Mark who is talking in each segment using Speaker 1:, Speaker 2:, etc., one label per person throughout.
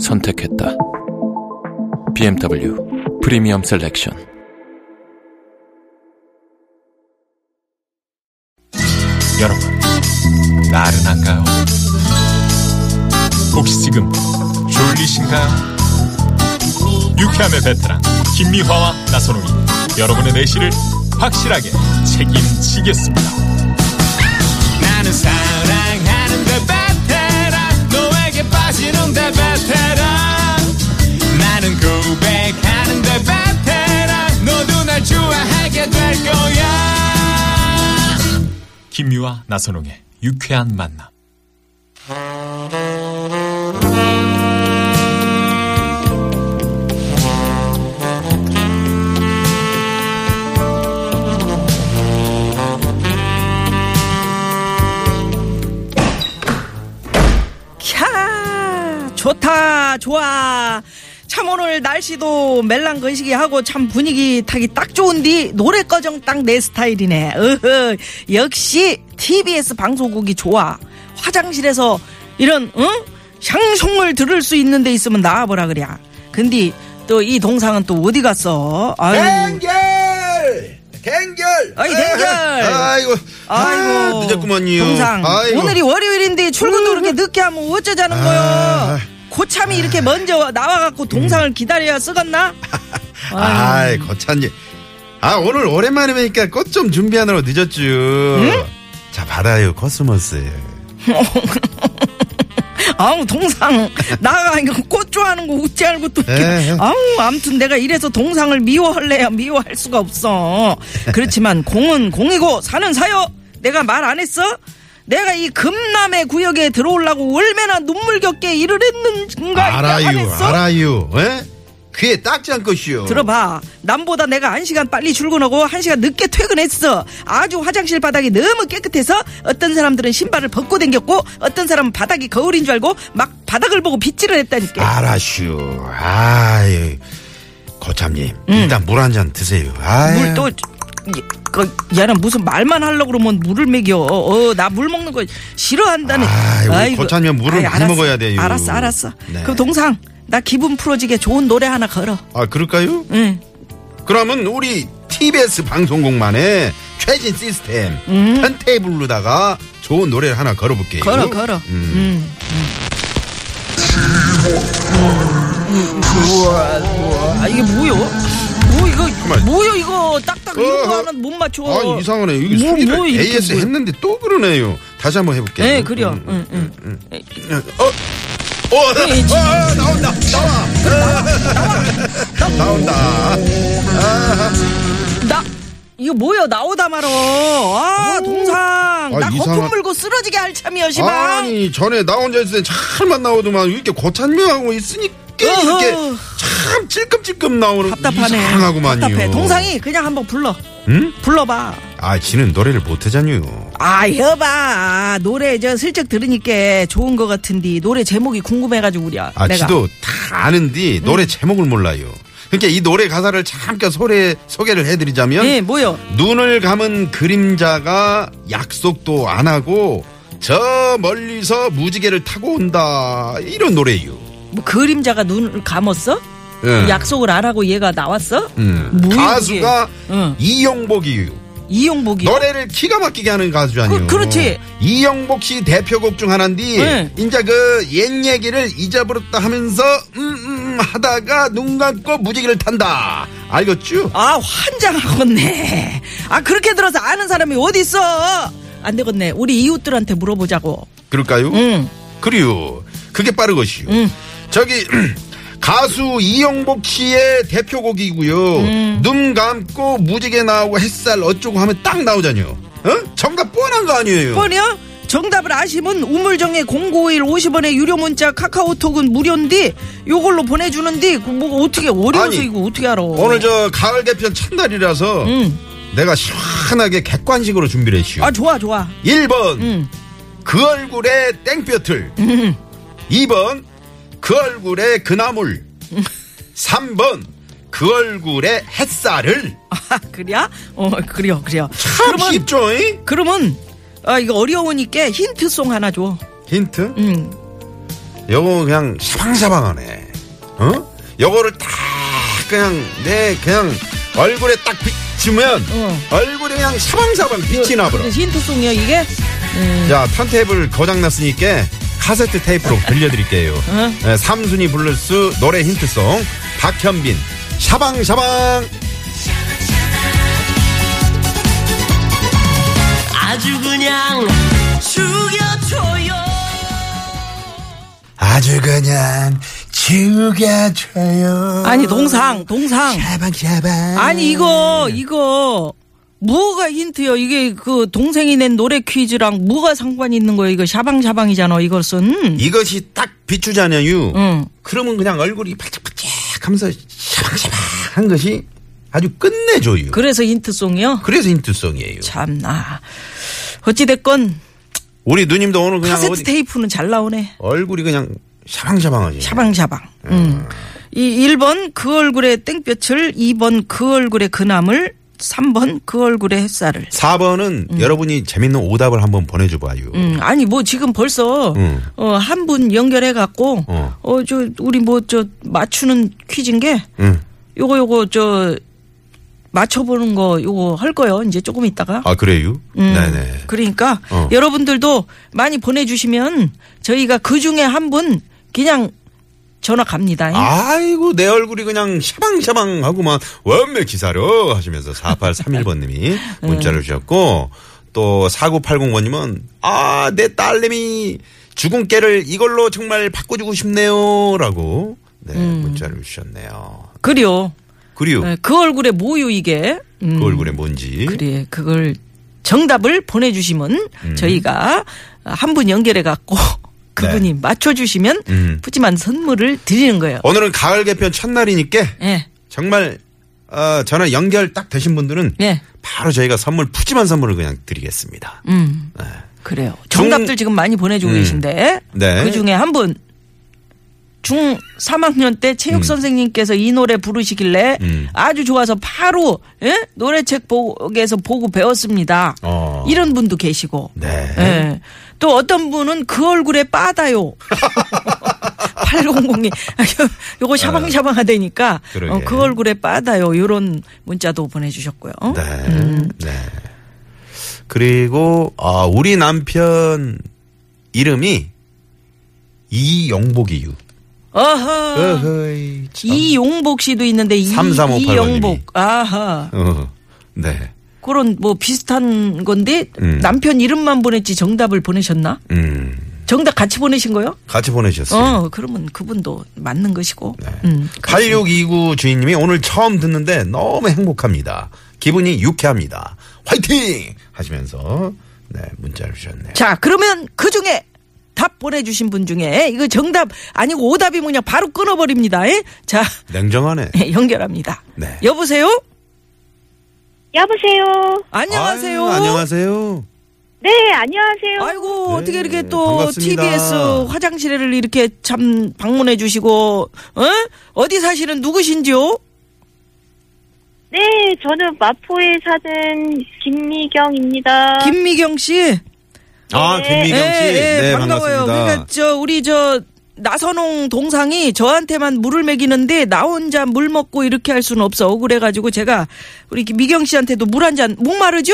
Speaker 1: 선택했다. BMW 프리미엄 셀렉션.
Speaker 2: 여러분, 나른한가요? 혹시 지금 졸리신가요? 유쾌함의 베테랑 김미화와 나선홍이 여러분의 내실을 확실하게 책임지겠습니다. 나는 사랑하는데 베테랑 너에게 빠지는데 베테랑 나는 고백하는데 베테랑 너도 날 좋아하게 될 거야. 김유아 나선홍의 유쾌한 만남.
Speaker 3: 캬 좋다 좋아 참 오늘 날씨도 멜랑거시기하고 참 분위기 타기 딱 좋은디 노래 꺼정 딱 내 스타일이네 으흐 역시 TBS 방송국이 좋아 화장실에서 이런 응 향송을 들을 수 있는 데 있으면 나와보라 그래 근데 또 이 동상은 또 어디 갔어 아유
Speaker 4: 댕결! 댕결!
Speaker 3: 어이, 댕결!
Speaker 4: 아이고.
Speaker 3: 아이고
Speaker 4: 아, 늦었구먼요.
Speaker 3: 동상
Speaker 4: 아이고. 음.
Speaker 3: 오늘이 월요일인데 출근도 그렇게 늦게 하면 어쩌자는 거요
Speaker 4: 아. 음.
Speaker 3: 고참이 이렇게 먼저 나와갖고 동상을 기다려야 쓰겄나
Speaker 4: 아이, 거찬지. 아, 오늘 오랜만에 뵈니까 꽃 좀 준비하느라 늦었쥬. 자, 받아요, 코스모스.
Speaker 3: 아우 동상 나가 이거 꽃 좋아하는 거 웃지 알고 또 이렇게
Speaker 4: 에이.
Speaker 3: 아우 아무튼 내가 이래서 동상을 미워할래야 미워할 수가 없어 그렇지만 공은 공이고 사는 사요 내가 말 안 했어 내가 이 금남의 구역에 들어오려고 얼마나 눈물겹게 일을 했는가 안
Speaker 4: 알아요,
Speaker 3: 했어?
Speaker 4: 알아요. 에? 귀에 딱지 않것이요
Speaker 3: 들어봐. 남보다 내가 한 시간 빨리 출근하고 한 시간 늦게 퇴근했어. 아주 화장실 바닥이 너무 깨끗해서 어떤 사람들은 신발을 벗고 댕겼고 어떤 사람은 바닥이 거울인 줄 알고 막 바닥을 보고 빗질을 했다니까.
Speaker 4: 알아슈. 아유. 거참님, 일단 물 한 잔 드세요. 아유.
Speaker 3: 물 또. 그, 얘는 무슨 말만 하려고 그러면 물을 먹여. 어, 나 물 먹는 거 싫어한다네.
Speaker 4: 아이, 우리
Speaker 3: 아이고.
Speaker 4: 거창이면 물을 안
Speaker 3: 알았어.
Speaker 4: 먹어야 돼요.
Speaker 3: 알았어, 알았어.
Speaker 4: 네.
Speaker 3: 그럼 동상, 나 기분 풀어지게 좋은 노래 하나 걸어.
Speaker 4: 아, 그럴까요?
Speaker 3: 응.
Speaker 4: 그러면 우리 TBS 방송국만의 최신 시스템 턴테이블로다가 좋은 노래를 하나 걸어볼게요.
Speaker 3: 걸어, 걸어. 음. 음. 우와, 우와. 아, 이게 뭐요? 뭐 이거
Speaker 4: 가만.
Speaker 3: 뭐요 이거 딱딱 이런 거
Speaker 4: 어,
Speaker 3: 하나 못 맞춰.
Speaker 4: 아 이상하네. 이게
Speaker 3: 뭐,
Speaker 4: 소리를
Speaker 3: 뭐 이렇게
Speaker 4: AS
Speaker 3: 뭐-
Speaker 4: 했는데 또 그러네요. 다시 한번 해볼게요.
Speaker 3: 예, 그래요.
Speaker 4: 음.
Speaker 3: 응, 응.
Speaker 4: 어, 어, 나-
Speaker 3: 그래,
Speaker 4: 어, 나온다. 나와.
Speaker 3: 네,
Speaker 4: 나온다. 음.
Speaker 3: 나 이거 뭐야 나오다 말어. 아, 동상. 나
Speaker 4: 이상하-
Speaker 3: 거품 물고 쓰러지게 할 참이야, 시방.
Speaker 4: 아니 전에 나 혼자 있을 때 잘만 나오더만 이렇게 거창명하고 있으니까
Speaker 3: 어허.
Speaker 4: 이렇게 참 찔끔찔끔 나오는
Speaker 3: 답답하네.
Speaker 4: 이상하구만요.
Speaker 3: 답답해. 동상이 그냥 한번 불러.
Speaker 4: 응?
Speaker 3: 불러 봐.
Speaker 4: 아, 지는 노래를 못하잖요.
Speaker 3: 아, 여봐. 노래 저 슬쩍 들으니까 좋은 거 같은데 노래 제목이 궁금해 가지고 우리야.
Speaker 4: 아,
Speaker 3: 내가.
Speaker 4: 지도 다 아는데 노래 제목을 몰라요. 그러니까 이 노래 가사를 잠깐 소개, 소개를 해드리자면
Speaker 3: 예, 뭐요?
Speaker 4: 눈을 감은 그림자가 약속도 안 하고 저 멀리서 무지개를 타고 온다 이런 노래요.
Speaker 3: 뭐 그림자가 눈을 감았어? 뭐
Speaker 4: 예.
Speaker 3: 약속을 안 하고 얘가 나왔어?
Speaker 4: 음.
Speaker 3: 뭐야,
Speaker 4: 가수가
Speaker 3: 그게? 응.
Speaker 4: 이영복이요.
Speaker 3: 이용복이.
Speaker 4: 노래를 기가 막히게 하는 가수 아니요.
Speaker 3: 예. 그- 그렇지.
Speaker 4: 이영복 씨 대표곡 중 하나인데
Speaker 3: 네.
Speaker 4: 이제 그 옛 얘기를 잊어버렸다 하면서 음음 하다가 눈 감고 무지개를 탄다. 알겠죠?
Speaker 3: 아 환장하겠네. 아 그렇게 들어서 아는 사람이 어디 있어? 안 되겠네. 우리 이웃들한테 물어보자고.
Speaker 4: 음. 그럴까요?
Speaker 3: 응.
Speaker 4: 그래요. 그게 빠르것이요.
Speaker 3: 음.
Speaker 4: 저기 가수 이영복 씨의 대표곡이고요.
Speaker 3: 음.
Speaker 4: 눈 감고 무지개 나오고 햇살 어쩌고 하면 딱 나오잖요. 어? 정답 뻔한 거 아니에요.
Speaker 3: 뻔이요? 정답을 아시면 우물정에 0951 50원의 유료 문자 카카오톡은 무료인데 요걸로 보내주는데 그뭐 어떻게 어려워서
Speaker 4: 아니,
Speaker 3: 이거 어떻게 알아?
Speaker 4: 오늘 저 가을 개편 첫날이라서
Speaker 3: 음.
Speaker 4: 내가 시원하게 객관식으로 준비를 했슈.
Speaker 3: 아 좋아 좋아.
Speaker 4: 1번
Speaker 3: 음.
Speaker 4: 그 얼굴에 땡볕을 2번 그 얼굴에 그나물
Speaker 3: 음.
Speaker 4: 3번 그 얼굴에 햇살을
Speaker 3: 아 그래야? 어 그래요 그래요.
Speaker 4: 참
Speaker 3: 그러면
Speaker 4: 쉽죠 잉?
Speaker 3: 그러면 아 이거 어려우니까 힌트송 하나 줘.
Speaker 4: 힌트?
Speaker 3: 음.
Speaker 4: 요거 그냥 샤방샤방하네 어? 요거를 딱 그냥 내 그냥 얼굴에 딱 비치면
Speaker 3: 어.
Speaker 4: 얼굴에 그냥 샤방샤방 빛이 나버려
Speaker 3: 그래서 힌트송이야 이게?
Speaker 4: 자, 턴테이블 고장났으니까 카세트 테이프로 들려드릴게요.
Speaker 3: 응.
Speaker 4: 네, 삼순이 블루스 노래 힌트송 박현빈 샤방샤방
Speaker 5: 아주 그냥 죽여줘요
Speaker 4: 아주 그냥 죽여줘요.
Speaker 3: 아니 동상 동상.
Speaker 4: 샤방샤방.
Speaker 3: 아니 이거 이거 뭐가 힌트요? 이게 그 동생이 낸 노래 퀴즈랑 뭐가 상관이 있는 거예요? 이거 샤방샤방이잖아 이것은.
Speaker 4: 이것이 딱 비추잖아요.
Speaker 3: 응.
Speaker 4: 그러면 그냥 얼굴이 반짝반짝 하면서 샤방샤방 한 것이 아주 끝내줘요. 그...
Speaker 3: 그래서 힌트송이요?
Speaker 4: 래서 힌트송이에요.
Speaker 3: 참나. 어찌됐건
Speaker 4: 우리 누님도 오늘 그냥
Speaker 3: 카세트
Speaker 4: 어디-
Speaker 3: 테이프는 잘 나오네.
Speaker 4: 얼굴이 그냥 샤방샤방하지.
Speaker 3: 샤방샤방. 음. 이 1번 그 얼굴에 땡볕을 2번 그 얼굴에 그남을 3번 그 얼굴에 햇살을.
Speaker 4: 4번은 여러분이 재밌는 오답을 한번 보내줘봐요.
Speaker 3: 음, 아니 뭐 지금 벌써
Speaker 4: 음.
Speaker 3: 어, 한 분 연결해 갖고
Speaker 4: 어.
Speaker 3: 어 저 우리 뭐 저 맞추는 퀴즈인 게
Speaker 4: 응.
Speaker 3: 요거 요거 저 맞춰보는 거 요거 할 거예요. 이제 조금 있다가.
Speaker 4: 아 그래요?
Speaker 3: 음,
Speaker 4: 네네.
Speaker 3: 그러니까
Speaker 4: 어.
Speaker 3: 여러분들도 많이 보내주시면 저희가 그 중에 한 분 그냥 전화 갑니다.
Speaker 4: 아이고 내 얼굴이 그냥 샤방샤방하고만 원매 기사로 하시면서
Speaker 3: 네.
Speaker 4: 4831번님이 문자를 주셨고 또 4980번님은 아 내 딸내미 죽은 깨를 이걸로 정말 바꿔주고 싶네요라고 네 문자를 주셨네요.
Speaker 3: 그래요.
Speaker 4: 그리고
Speaker 3: 음. 네, 그 얼굴에 뭐요 이게? 음,
Speaker 4: 그 얼굴에 뭔지
Speaker 3: 그래 그걸 정답을 보내주시면
Speaker 4: 음.
Speaker 3: 저희가 한 분 연결해 갖고 그분이 맞춰주시면
Speaker 4: 네. 음. 어.
Speaker 3: 푸짐한 선물을 드리는 거예요.
Speaker 4: 오늘은 가을 개편 첫날이니까
Speaker 3: 예,
Speaker 4: 정말 어, 전화 연결 딱 되신 분들은
Speaker 3: 예,
Speaker 4: 바로 저희가 선물 푸짐한 선물을 그냥 드리겠습니다.
Speaker 3: 음, 그래요. 정답들 지금 많이 보내주고 계신데
Speaker 4: 음. 네.
Speaker 3: 그 중에 한 분. 중 3학년 때
Speaker 4: 음.
Speaker 3: 체육 선생님께서 이 노래 부르시길래 아주 좋아서 바로 예? 노래책 보에서 보고 배웠습니다.
Speaker 4: 어.
Speaker 3: 이런 분도 계시고
Speaker 4: 네.
Speaker 3: 예. 또 어떤 분은 그 얼굴에 빠다요. 8002. 요거 샤방샤방 하다니까
Speaker 4: 아, 그러게.
Speaker 3: 어, 그 얼굴에 빠다요. 요런 문자도 보내주셨고요.
Speaker 4: 네.
Speaker 3: 음.
Speaker 4: 네. 그리고 아, 우리 남편 이름이 이영복이유.
Speaker 3: 어허.
Speaker 4: 어허이. 참.
Speaker 3: 이용복 씨도 있는데 이-
Speaker 4: 3358 번님이.
Speaker 3: 이용복. 아하.
Speaker 4: 어. 네.
Speaker 3: 그런 뭐 비슷한 건데
Speaker 4: 음.
Speaker 3: 남편 이름만 보냈지 정답을 보내셨나?
Speaker 4: 음.
Speaker 3: 정답 같이 보내신 거요?
Speaker 4: 같이 보내주셨어요.
Speaker 3: 어, 그러면 그분도 맞는 것이고.
Speaker 4: 네.
Speaker 3: 음, 그렇습니다.
Speaker 4: 8629 주인님이 오늘 처음 듣는데 너무 행복합니다. 기분이 유쾌합니다. 화이팅! 하시면서 네, 문자를 주셨네요.
Speaker 3: 자, 그러면 그 중에 답 보내주신 분 중에 이거 정답 아니고 오답이 뭐냐 바로 끊어버립니다. 예? 자, 예,
Speaker 4: 냉정하네.
Speaker 3: 연결합니다.
Speaker 4: 네.
Speaker 3: 여보세요?
Speaker 6: 여보세요.
Speaker 3: 안녕하세요.
Speaker 4: 아유, 안녕하세요.
Speaker 6: 네, 안녕하세요.
Speaker 3: 아이고
Speaker 4: 네,
Speaker 3: 어떻게 이렇게 또
Speaker 4: 반갑습니다.
Speaker 3: TBS 화장실을 이렇게 참 방문해 주시고 어? 어디 사시는 누구신지요?
Speaker 6: 네, 저는 마포에 사는 김미경입니다.
Speaker 3: 김미경 씨.
Speaker 4: 아,
Speaker 6: 네.
Speaker 4: 김미경 씨.
Speaker 3: 예, 예,
Speaker 4: 네,
Speaker 3: 반가워요.
Speaker 4: 반갑습니다.
Speaker 3: 그러니까 저 우리 저 나선홍 동상이 저한테만 물을 먹이는데 나 혼자 물 먹고 이렇게 할 수는 없어 억울해가지고 제가 우리 미경 씨한테도 물 한 잔 목마르죠?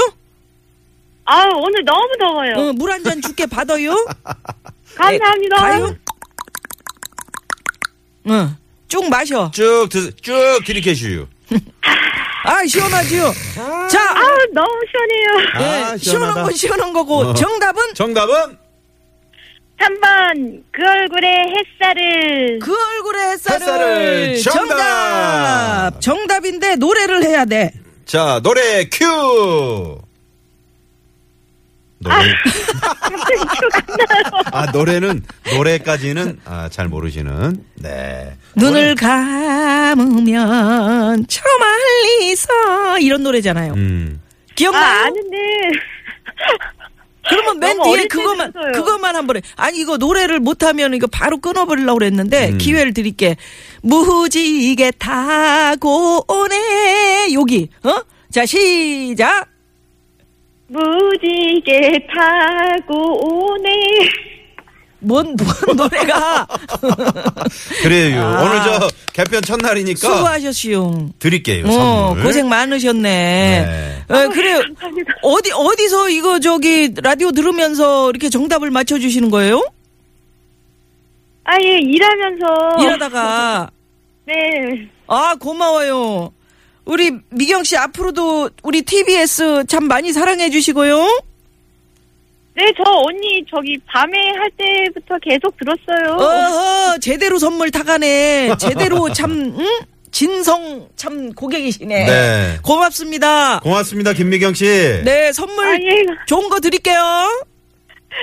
Speaker 6: 아, 오늘 너무 더워요.
Speaker 3: 어, 물 한 잔 줄게 받아요.
Speaker 6: 감사합니다.
Speaker 3: 가요. 응. 쭉 마셔.
Speaker 4: 쭉, 드세- 쭉 들이켜주요.
Speaker 3: 아 시원하지요. 자,
Speaker 6: 아우, 너무 시원해요.
Speaker 4: 아,
Speaker 3: 예, 시원한 건 시원한 거고
Speaker 4: 어.
Speaker 3: 정답은
Speaker 4: 정답은
Speaker 6: 3번, 그 얼굴에 햇살을.
Speaker 3: 그 얼굴에 햇살을
Speaker 4: 햇살을
Speaker 3: 정답.
Speaker 4: 정답.
Speaker 3: 정답인데 노래를 해야 돼.
Speaker 4: 자 노래 큐. 노래.
Speaker 6: 아, 갑자기 기억 안 나요.
Speaker 4: 아, 노래는, 노래까지는, 아, 잘 모르시는, 네.
Speaker 3: 눈을 감으면 저 멀리서 이런 노래잖아요.
Speaker 4: 음.
Speaker 3: 기억나요?
Speaker 6: 아, 아는데.
Speaker 3: 그러면 맨
Speaker 6: 너무
Speaker 3: 뒤에
Speaker 6: 어릴
Speaker 3: 그것만
Speaker 6: 때부터요.
Speaker 3: 그것만 한번 해. 아니 이거 노래를 못하면 이거 바로 끊어버리려고 그랬는데
Speaker 4: 음.
Speaker 3: 기회를 드릴게. 무지개 타고 오네 여기 어? 자 시작.
Speaker 6: 무지개 타고 오네.
Speaker 3: 뭔, 뭔 노래가
Speaker 4: 그래요.
Speaker 3: 아.
Speaker 4: 오늘 저 개편 첫날이니까
Speaker 3: 수고하셨시오.
Speaker 4: 드릴게요.
Speaker 3: 어,
Speaker 4: 선물.
Speaker 3: 고생 많으셨네.
Speaker 4: 네.
Speaker 3: 어, 그래요. 어디 어디서 이거 저기 라디오 들으면서 이렇게 정답을 맞춰 주시는 거예요?
Speaker 6: 아예 일하면서.
Speaker 3: 이러다가
Speaker 6: 네.
Speaker 3: 아, 고마워요. 우리 미경 씨 앞으로도 우리 TBS 참 많이 사랑해 주시고요.
Speaker 6: 네, 저 언니 저기 밤에 할 때부터 계속 들었어요.
Speaker 3: 어허, 제대로 선물 타가네. 제대로 참, 응? 진성 참 고객이시네.
Speaker 4: 네.
Speaker 3: 고맙습니다.
Speaker 4: 고맙습니다, 김미경 씨.
Speaker 3: 네, 선물
Speaker 6: 아, 예.
Speaker 3: 좋은 거 드릴게요.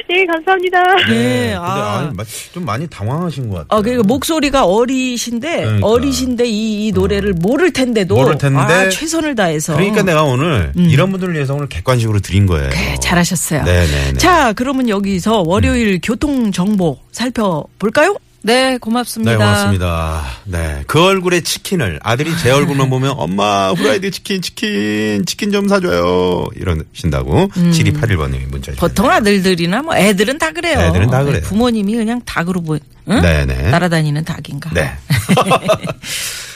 Speaker 6: 예, 감사합니다.
Speaker 3: 네,
Speaker 4: 근데
Speaker 3: 아.
Speaker 4: 아, 좀 많이 당황하신 것 같아요.
Speaker 3: 어, 그리고 목소리가 어리신데,
Speaker 4: 그러니까.
Speaker 3: 어리신데 이, 이 노래를 모를 텐데도.
Speaker 4: 모를 텐데.
Speaker 3: 아, 최선을 다해서.
Speaker 4: 그러니까 내가 오늘 이런 분들을 위해서 오늘 객관식으로 드린 거예요.
Speaker 3: 네, 음. 잘하셨어요.
Speaker 4: 네네네.
Speaker 3: 자, 그러면 여기서 월요일 교통 정보 살펴볼까요? 네, 고맙습니다.
Speaker 4: 네, 고맙습니다. 네. 그 얼굴에 치킨을 아들이 제 얼굴만
Speaker 3: 네.
Speaker 4: 보면 엄마 후라이드 치킨 치킨 치킨 좀 사줘요. 이러신다고 7281번님이 문자 주셨네요.
Speaker 3: 음. 보통 아들들이나 뭐 애들은 다 그래요. 네,
Speaker 4: 애들은 다 그래요.
Speaker 3: 부모님이 그냥 닭으로 보, 응?
Speaker 4: 네네.
Speaker 3: 날아다니는 닭인가.
Speaker 4: 네.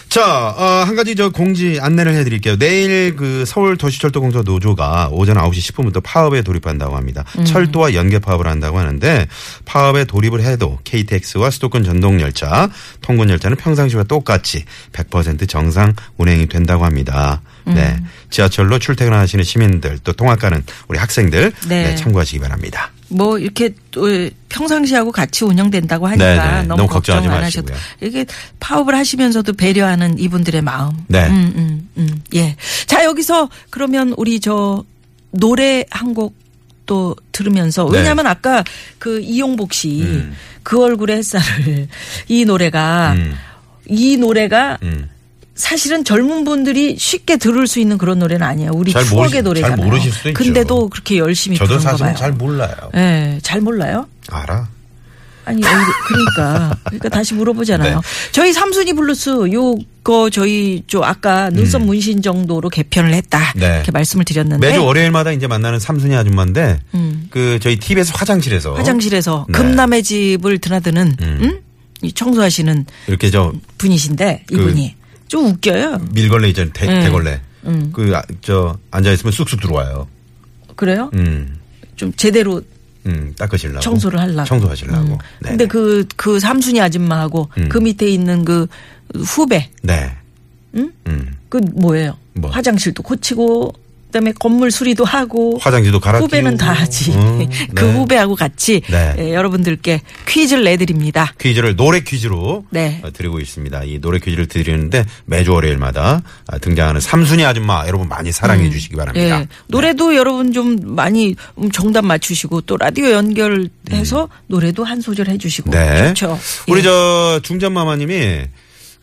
Speaker 4: 자, 어, 한 가지 저 공지 안내를 해드릴게요. 내일 그 서울 도시철도공사 노조가 오전 9시 10분부터 파업에 돌입한다고 합니다.
Speaker 3: 음.
Speaker 4: 철도와 연계 파업을 한다고 하는데 파업에 돌입을 해도 KTX와 수도권 전동열차, 통근열차는 평상시와 똑같이 100% 정상 운행이 된다고 합니다.
Speaker 3: 음.
Speaker 4: 네. 지하철로 출퇴근하시는 시민들 또 통학가는 우리 학생들
Speaker 3: 네.
Speaker 4: 네, 참고하시기 바랍니다.
Speaker 3: 뭐 이렇게 또 평상시하고 같이 운영된다고 하니까
Speaker 4: 네네.
Speaker 3: 너무,
Speaker 4: 너무
Speaker 3: 걱정
Speaker 4: 걱정하지
Speaker 3: 안 하셔도
Speaker 4: 마시고요.
Speaker 3: 이게 파업을 하시면서도 배려하는 이분들의 마음.
Speaker 4: 네.
Speaker 3: 음, 음, 음. 예. 자 여기서 그러면 우리 저 노래 한 곡 또 들으면서
Speaker 4: 네.
Speaker 3: 왜냐하면 아까 그 이용복 씨 그
Speaker 4: 음.
Speaker 3: 얼굴의 햇살을 이 노래가
Speaker 4: 음.
Speaker 3: 이 노래가
Speaker 4: 음.
Speaker 3: 사실은 젊은 분들이 쉽게 들을 수 있는 그런 노래는 아니에요. 우리
Speaker 4: 잘
Speaker 3: 추억의
Speaker 4: 모르시-
Speaker 3: 노래잖아요.
Speaker 4: 잘 모르실 수도 있죠.
Speaker 3: 근데도 그렇게 열심히
Speaker 4: 저도
Speaker 3: 부른 거 봐요.
Speaker 4: 사실 잘 몰라요.
Speaker 3: 예, 잘 몰라요?
Speaker 4: 알아.
Speaker 3: 아니, 얼굴- 그러니까. 그러니까 다시
Speaker 4: 네.
Speaker 3: 물어보잖아요. 저희 삼순이 블루스 요거 저희 저 아까 눈썹 문신 정도로 개편을 했다.
Speaker 4: 음. 네.
Speaker 3: 이렇게 말씀을 드렸는데
Speaker 4: 매주 월요일마다 이제 만나는 삼순이 아줌마인데 그 저희 TBS 화장실에서
Speaker 3: 음. 화장실에서
Speaker 4: 네.
Speaker 3: 금남의 집을 드나드는 음? 이 청소하시는
Speaker 4: 이렇게 저
Speaker 3: 분이신데
Speaker 4: 그
Speaker 3: 이분이 좀 웃겨요.
Speaker 4: 밀걸레 있잖아요 대,
Speaker 3: 음.
Speaker 4: 걸레 그 저 앉아 있으면 쑥쑥 들어와요.
Speaker 3: 그래요?
Speaker 4: 음,
Speaker 3: 좀 제대로
Speaker 4: 음 닦으시려고
Speaker 3: 청소를 하려고.
Speaker 4: 청소하시려고.
Speaker 3: 음.
Speaker 4: 네, 음.
Speaker 3: 근데
Speaker 4: 네.
Speaker 3: 그, 그 삼순이 아줌마하고 그 밑에 있는 그 후배,
Speaker 4: 네. 음?
Speaker 3: 그 뭐예요?
Speaker 4: 뭐?
Speaker 3: 화장실도 고치고, 그 다음에 건물 수리도 하고.
Speaker 4: 화장지도 갈아
Speaker 3: 후배는
Speaker 4: 끼우고.
Speaker 3: 다 하지.
Speaker 4: 음,
Speaker 3: 그
Speaker 4: 네.
Speaker 3: 후배하고 같이
Speaker 4: 네.
Speaker 3: 예, 여러분들께 퀴즈를 내드립니다.
Speaker 4: 퀴즈를 노래 퀴즈로
Speaker 3: 네.
Speaker 4: 어, 드리고 있습니다. 이 노래 퀴즈를 드리는데 매주 월요일마다 아, 등장하는 삼순이 아줌마 여러분 많이 사랑해 주시기 바랍니다. 네.
Speaker 3: 예. 노래도 여러분 좀 많이 음, 정답 맞추시고 또 라디오 연결해서 노래도 한 소절 해주시고
Speaker 4: 음. 네.
Speaker 3: 좋죠.
Speaker 4: 우리
Speaker 3: 예.
Speaker 4: 저 중전마마님이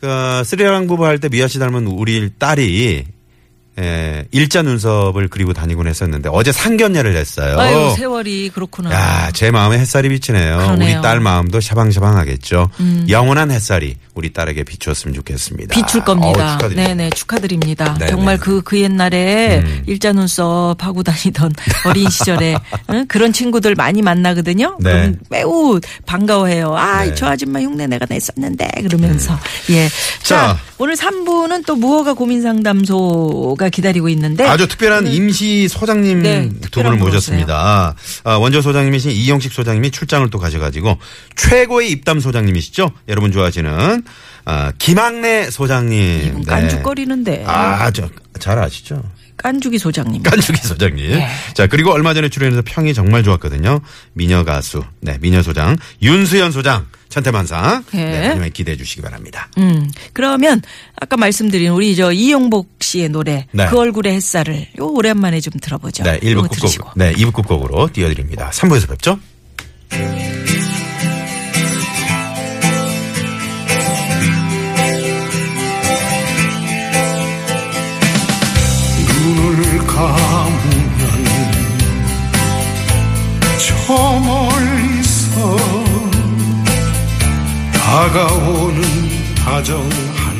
Speaker 4: 그 스리랑 부부 할 때 미아 씨 닮은 우리 딸이 에, 일자 눈썹을 그리고 다니곤 했었는데 어제 상견례를 했어요.
Speaker 3: 아유 세월이 그렇구나.
Speaker 4: 야, 제 마음에 햇살이 비치네요.
Speaker 3: 그러네요. 음.
Speaker 4: 우리 딸 마음도 샤방샤방하겠죠. 영원한 햇살이 우리 딸에게 비추었으면 좋겠습니다.
Speaker 3: 비출 겁니다.
Speaker 4: 어우, 축하드립니다.
Speaker 3: 네네 축하드립니다.
Speaker 4: 네네. 음.
Speaker 3: 정말 그 그 옛날에 일자 눈썹 하고 다니던 어린 시절에 응? 그런 친구들 많이 만나거든요.
Speaker 4: 네.
Speaker 3: 그럼 매우 반가워해요. 아,
Speaker 4: 네. 음.
Speaker 3: 저 아줌마 흉내 내가 냈었는데 그러면서 예. 자,
Speaker 4: 자.
Speaker 3: 오늘 3부는 또 무허가 고민 상담소가 기다리고 있는데
Speaker 4: 아주 특별한 임시 소장님
Speaker 3: 네,
Speaker 4: 두
Speaker 3: 특별한
Speaker 4: 분을
Speaker 3: 분
Speaker 4: 모셨습니다. 아, 원조 소장님이신 이영식 소장님이 출장을 또 가셔가지고 최고의 입담 소장님이시죠. 여러분 좋아하시는 아, 김학래 소장님.
Speaker 3: 음, 이분 깐죽거리는데 네.
Speaker 4: 아, 저 잘 아시죠?
Speaker 3: 깐죽이 소장님.
Speaker 4: 깐죽이 소장님.
Speaker 3: 네.
Speaker 4: 자, 그리고 얼마 전에 출연해서 평이 정말 좋았거든요. 미녀 가수, 네, 미녀 소장, 윤수연 소장, 천태만상.
Speaker 3: 예.
Speaker 4: 네, 많이 많이 기대해 주시기 바랍니다.
Speaker 3: 음, 그러면 아까 말씀드린 우리 저 이용복 씨의 노래
Speaker 4: 네.
Speaker 3: 그 얼굴의 햇살을 요 오랜만에 좀 들어보죠.
Speaker 4: 네, 1부
Speaker 3: 요거
Speaker 4: 끝곡.
Speaker 3: 들으시고.
Speaker 4: 네, 2부 끝곡으로 띄워드립니다. 3부에서 뵙죠.
Speaker 7: 눈을 감으면 저 멀리서 다가오는 다정한